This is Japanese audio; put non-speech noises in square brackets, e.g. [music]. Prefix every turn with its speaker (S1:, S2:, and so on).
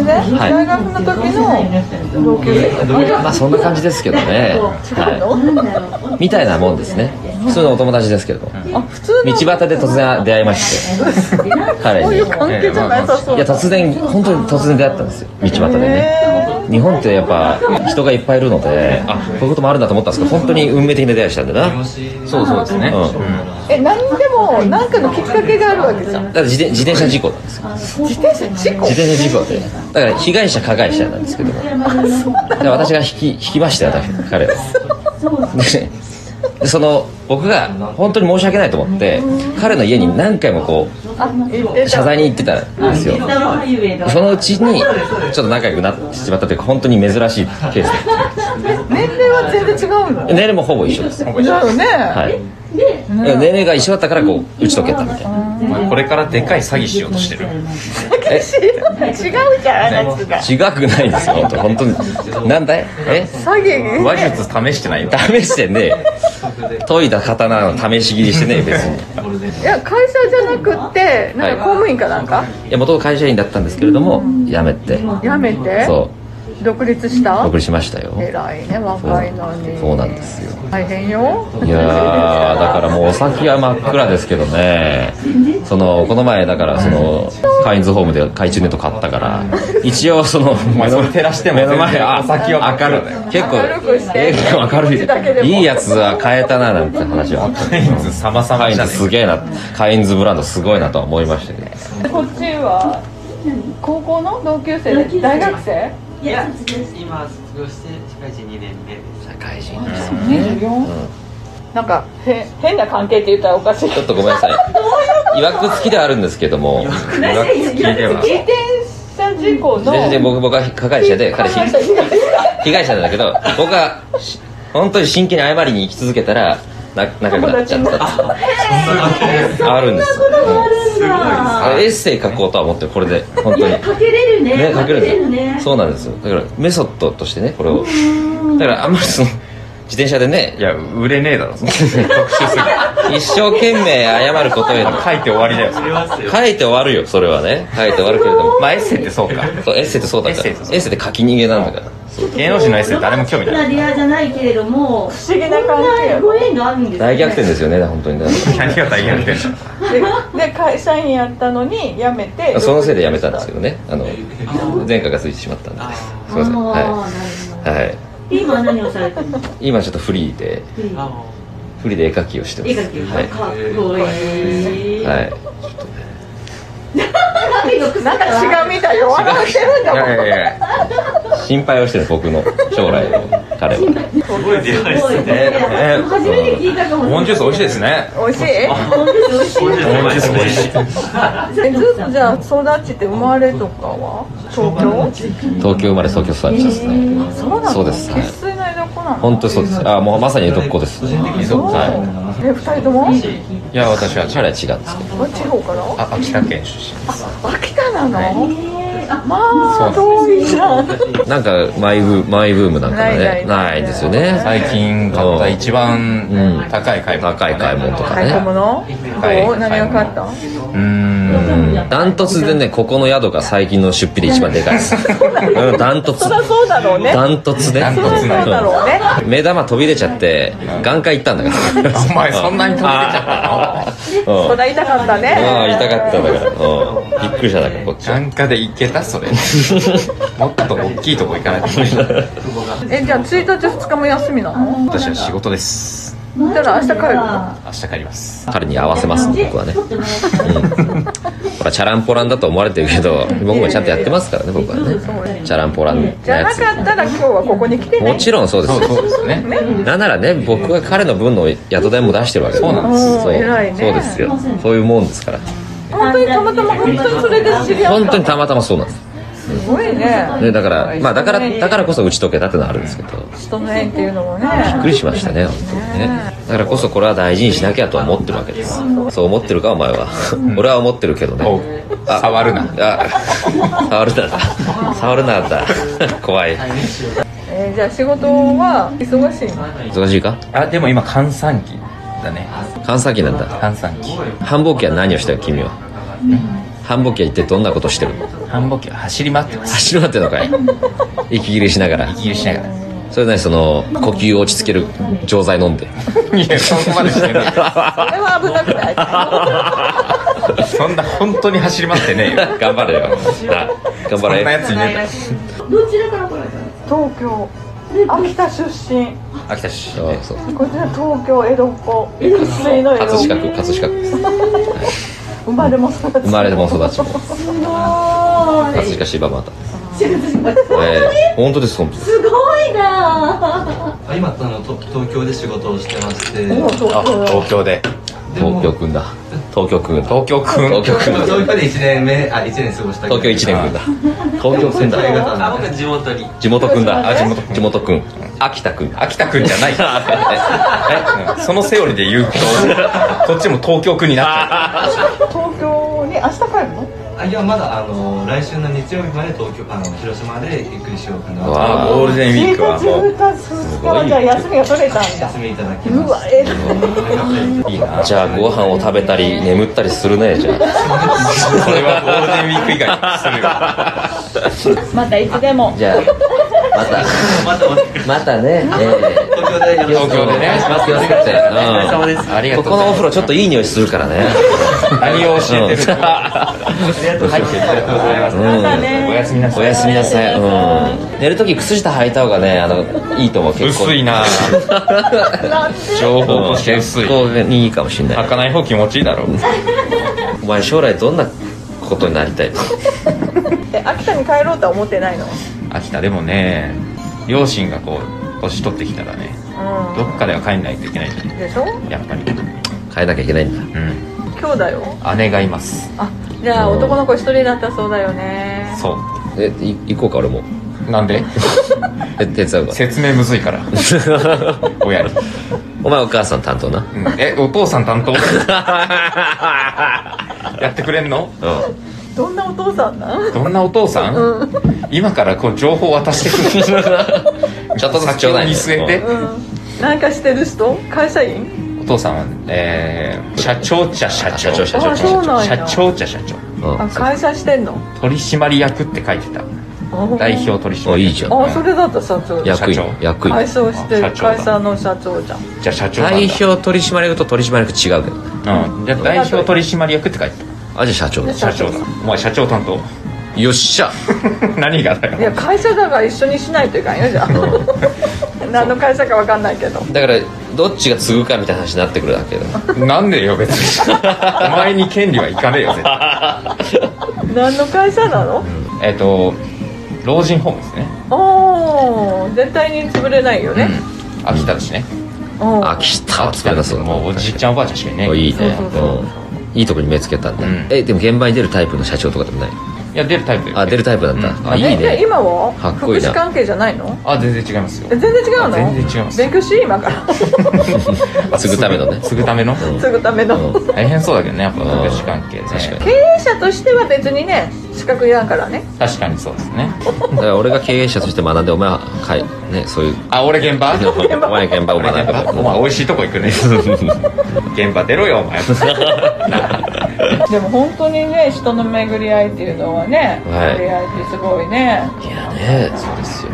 S1: はい
S2: 大学の時の同級生
S1: まあそんな感じですけどね、はい、みたいなもんですね普通のお友達ですけど
S2: あ普通の
S1: 道端で突然出会いまして彼
S2: そう
S1: に
S2: いう関係じゃなさそう
S1: いや突然本当に突然出会ったんですよ道端でね日本ってやっぱ人がいっぱいいるのであこういうこともあるんだと思ったんですけど本当に運命的な出会いしたんだな、うん、
S3: そうそうですね、
S1: だ
S2: え何でも何かのきっかけがあるわけじゃん
S1: って自転自転車事故なんですよ
S2: 自転車事故
S1: 自転車事故でだから被害者加害者なんですけどもだから私が引き引きましたよ彼をででその僕が本当に申し訳ないと思って彼の家に何回もこう謝罪に行ってたんですよそのうちにちょっと仲良くなってしまったというか本当に珍しいケース
S2: 年齢は全然違うの
S1: 年齢もほぼ一緒です、は
S2: だよね、
S1: い、年齢が一緒だったからこう打ち解けたみたいな
S3: お前これからでかい詐欺しようとしてる
S1: え
S2: 違うじゃんあいつが
S1: 違くないですよ本当本当になんだいえ
S2: 詐欺
S3: 話術試してないよ
S1: 試してね
S2: [laughs]
S1: えよ研いだ刀の試し切りしてねえよ別に
S2: いや会社じゃなくってなんか公務員かなんか
S1: いや元々会社員だったんですけれども辞めて
S2: やめて
S1: そ
S2: 独立し
S1: う
S2: た
S1: 独立しましたよ
S2: 偉いね若いのに
S1: そうなんですよ
S2: 大変よ
S1: いやーだからもうお先は真っ暗ですけどねそのこの前だからそのカインズホームで懐中ネット買ったから一応その
S3: 前それ照らしても
S1: 目の前あ
S3: お先は
S1: 明
S3: 真っ
S1: るい
S3: 暗だよ
S1: 結構
S2: 明るくして
S1: 結構明るいいいやつは変えたななんて話はあった
S3: カインズ様
S1: カ
S3: 々
S1: イン
S3: じゃ
S1: ズ
S3: ね
S1: すげえなカインズブランドすごいなとは思いましたけど
S2: こっちは高校の同級生で大学生
S4: いや、今卒業して社会人2年目です。
S1: 社会人です
S2: なんかへ変な関係って言ったらおかしい
S1: ちょっとごめんな [laughs] さいいわくつきではあるんですけども
S3: え聞いては
S2: 自転車事故の
S1: 全然僕僕は加害者で彼被
S2: 被害者被害者
S1: 被害者なんだけど僕がし本当に真剣に謝りに行き続けたらな仲良くなっちゃったあるんですあエッセイ書こうとは思ってるこれで本当に
S5: かけれるね
S1: ね書けるんですよ、
S5: ね
S1: そうなんですよだからメソッドとしてねこれをだからあんまりその自転車でね
S3: いや売れねえだろそん [laughs] な特殊すぎ
S1: 一生懸命謝ることへの
S3: 書いて終わりだよそれは
S1: 書いて終わるよそれはね書いて終わるけれども
S3: まあエッセイってそうか
S1: そうエッセイってそうだから
S3: エ
S1: エ
S3: ッセイってそう
S1: ッセイって書き逃げなんだから
S3: 芸能人のエッセイ誰も興味ない
S5: レアじゃないけれども不
S2: 思議な関係
S5: ご縁があるんですね
S1: 大逆転ですよね本当にだか
S3: 何が大逆転だ
S2: でで会社員やったのに辞めて
S1: らそのせいでやめたんですけどねあの前科がついてしまったんで
S4: あ
S1: すいませんは
S5: あ
S1: い、はい、
S5: ー今は何をされてるの
S1: 今ちょっとフリーで
S4: あの、
S1: フリーで絵描きをしてます
S5: 絵描き
S1: はい
S5: かっこいい、
S1: はい、
S2: なんかしがみだよ笑ってるんだ
S3: い
S2: もん
S3: やいやいや
S1: 心配をしてる僕の将来を彼は
S4: すごい出会いです
S5: ごい
S4: すね。
S5: ね
S3: えー
S5: 初めて聞いたかも
S3: モンジュース美味しいですね
S2: 美
S1: [laughs]
S2: 味しい
S5: モンジュース美味しい
S3: モンジュース美味しい
S2: えずっとじゃあ育ちって生まれとかは東京
S1: 東京生まれ東京育ちですね
S2: そうなの
S1: そうですはい
S2: 生粋の江戸っ子なの
S1: 本当にそうですあもうまさに江戸っ子です
S3: いい
S2: そう
S3: ぞは
S2: え二人とも
S3: いいや私は
S1: 彼は違うんですけど
S2: あ地方から
S3: あ秋田県出身です
S2: 秋田なの、まあ遠いじゃん
S1: なんかマイブマイブームなんかが
S2: な
S1: ね
S2: いない
S1: ないですよね
S3: 最近買った一番
S1: ん
S3: 高い買い物
S1: 高い買い物とか
S2: 買い込むの、
S3: はい
S2: どう何が買った
S3: うー
S4: [laughs]
S3: ん
S1: ダントツでねここの宿が最近の出費で一番でか
S2: [laughs]
S1: いですうんダントツ
S2: そりゃそうだろうね
S1: ダントツで
S3: ダント
S2: そりゃそ
S3: ツ
S2: う
S3: ね
S2: だろうね
S1: 目玉飛び出ちゃって眼科行ったん
S2: [laughs]
S1: だから
S3: お前そんなに飛び出ちゃっ
S1: うん
S2: そりゃ痛かったね
S1: ああ痛かったんだからうんびっくりしただからこっち
S3: たの
S1: は
S3: 眼科で行けた
S4: [laughs]
S3: それもっと大きいとこ行かないと無理だ
S2: えじゃあ1日2日も休みなの
S3: 私は仕事です
S2: そしたら明日帰るの
S3: 明日帰ります
S1: 彼に合わせます僕はねほらチャランポランだと思われてるけど僕もちゃんとやってますからね僕はねチャランポランの
S2: じゃ
S1: や
S2: なかったら今日はここに来て
S1: つ
S2: ね
S1: もちろんそうです
S3: そう
S1: よ
S3: そうですね
S1: なんならね僕は彼の分の宿代も出してるわけ
S3: そうなんです
S1: そう
S2: 偉いね
S1: そうですよそういうもんですから
S2: 本当にたまたま本当にそれで知り合っ
S1: 本
S2: た
S1: 当にたまたまそうなんです
S2: すごいね
S1: ねだからまあだからだからこそ打ち解けたってのはあるんですけどび
S2: 人の縁っていうのもね
S1: っくりしましたね本当にねだからこそこれは大事にしなきゃとは思ってるわけですそう思ってるかお前は俺は思ってるけどね
S3: お
S1: あ
S3: 触るな
S1: あ触るなだ触るなだ怖い
S2: えーじゃあ仕事は忙しいの
S1: 忙しいか
S3: あでも今閑散期だね
S1: 関西期なんだ
S3: 閑散期
S1: 繁忙期は何をしたよ君は繁忙期は一体どんなことしてるの
S3: 繁忙期は走り回ってます
S1: 走り回ってんのかい息切れしながら
S3: 息切れしながらい
S1: それなりにその呼吸を落ち着ける錠剤飲んで [laughs]
S3: やそこまでしてない
S2: それは危なくない
S3: そんな本当に走り回ってねえよ
S1: 頑張れよな頑張
S3: そんな
S1: れ
S3: やついねえだろ
S5: どちらから来られたんです
S2: 東京秋田出身
S3: 秋田市
S1: そうそう
S2: こちら東京江戸っ子
S5: 江戸っ子
S2: 生粋の江戸っ子
S1: 葛飾区葛飾区です
S2: 生まれも育ち
S1: 生まれも育ちも
S5: すごー
S1: 葛飾柴又え
S5: い
S1: え本当です本当です
S5: すごいなー
S4: あ今あのと東京で仕事をしてましてで
S2: も
S4: も
S2: う東
S3: あ
S2: 京
S3: 東京で
S1: 東京くんだ東京くん
S3: 東京くん
S1: 東京くんだ
S4: 東京で1年目あ一年過ごした
S1: 東京一年くんだ東京くんだ
S4: あ僕地元に
S1: 地元くんだ
S2: あ地
S3: 元くん
S1: 地元くん秋田くん
S3: 秋田くんじゃない [laughs] えそのセオリーで言うとこっちも東京くんになっ
S2: 東京に明日帰るの
S4: あいやまだあの来週の日曜日まで東京あの広島でゆっくりしようかな
S1: う
S3: ちゃ
S1: わ
S4: と
S3: うゴールデンウィークはも
S2: 1月2日はじゃあ休みが取れたんだ
S4: 休みいただきま
S2: う
S4: す
S2: わえらいう
S3: いいな
S1: じゃあご飯を食べたり眠ったりするねじゃ
S3: それはゴールデンウィーク以外にするよ
S2: またいつでも
S1: あじゃあまた
S4: またお願い
S1: また [laughs] ね、え
S4: 東京でよろしく
S3: 東京でね
S1: お願いしますよろしくって
S4: お疲れ様です
S3: あり
S1: え
S3: がと
S1: こ
S3: う
S1: こ
S3: ござい
S1: のお
S3: ます
S1: 風呂ちょっといい匂いするからね
S3: 何を教えてる
S4: ありがとうございますありがとうございます
S1: うん
S2: またね
S3: おやすみなさ
S1: お
S3: い
S1: やすみなさい、うん、寝るとき靴下履いた方がねあのいいと思う結構
S3: 薄いな情報として薄い
S1: 結構にいいかもしれない
S3: 履かない方気持ちいいだろ
S1: お前将来どんなことになりたいの
S2: え秋田に帰ろうとは思ってないのう
S3: 秋田でもね両親がこう年取ってきたらねどっかでは帰んないといけないじゃ
S2: んでしょ
S3: んやっぱり
S1: 変えなきゃいけないんだ
S3: うん
S2: 兄弟を
S3: 姉がいます
S2: あじゃあ男の子一人だったそうだよね
S3: そ
S1: えい行こうか俺も
S3: うなんで
S1: え手伝うか
S3: 説明むずい
S1: [laughs]
S3: から親に、
S1: お前お母さん担当な
S3: うんえお父さん担当やってくれんの
S1: う
S2: どんなお父さんなん
S3: どんなお父さん、今からこう情報渡してくる
S1: ん [laughs] ちょっとずつちょうだいね
S3: 先を見据えて
S2: うんなんかしてる人会社員
S3: お父さんは、えー社長茶社長
S1: あ社長社
S2: 長あそうなん
S3: 社
S2: や
S3: 長茶社長
S1: うん
S2: あ会社してんの
S3: 取締役って書いてた代表取締役
S1: あいいじゃん
S2: あそれだった社長
S1: 役員
S3: 社長
S1: 役員
S2: 会社をして
S3: あ
S2: る
S3: 社長だ
S2: 会社の社長じゃん
S3: じゃあ社長なんだ
S1: 代表取締役と取締役違うけどね
S3: うんじゃあ代表取締役って書いて
S1: あじゃあ社長だ
S3: た社長だお前社長担当 [laughs]
S1: よっしゃ
S3: 何がだ
S2: いや
S3: よ
S2: 会社だから一緒にしないといかんよじゃ [laughs] あ何の会社かわかんないけど
S1: だからどっちが継ぐかみたいな話になってくるわけだ
S3: なんでよ別に [laughs] お前に権利はいかねえよ絶
S1: [laughs]
S3: 対
S2: 何の会社なの
S3: えっと老人ホームですね
S2: おー絶対に潰れないよね
S3: うん秋田だしね
S2: うん
S1: あ来た
S3: 秋田だともうおじいちゃんおばあちゃんしかいね
S1: お
S3: え
S1: いいね
S2: そうそうそう
S1: うんいいとこに目つけたんだ、
S3: うん
S1: えでも現場に出るタイプの社長とかでもない
S3: いや出るタイプだよ
S1: あ出るタイプなんだ、
S3: うん
S1: あいい
S2: えで
S1: ね
S2: 今は
S1: かっこ
S2: 福
S1: いいな
S2: 祉関係じゃないの
S3: あ全然違いますよ
S2: え全然違うの
S3: 全然違います
S2: 勉強し今から
S1: 継ぐための
S3: [laughs]
S1: ね
S3: 継ぐための
S1: うん
S2: 継ぐための、
S1: うん
S3: 大変そうだけどねやっぱ
S1: うん
S3: 福祉関係ね
S1: 確かに
S2: 経営者としては別にね資格いらんからね
S3: 確かにそうですね
S1: だから俺が経営者として学んでお前はかいねそういう
S3: あ俺
S1: [laughs]
S3: 現場
S1: お前現場を学ぶ
S3: [laughs] お前美味しいとこ行
S1: [laughs]
S3: くね現場出ろよお前
S2: でも本当にね人の巡り合いっていうのはね、
S1: はい
S2: 巡り合いってすごいね
S1: いやねそうですよ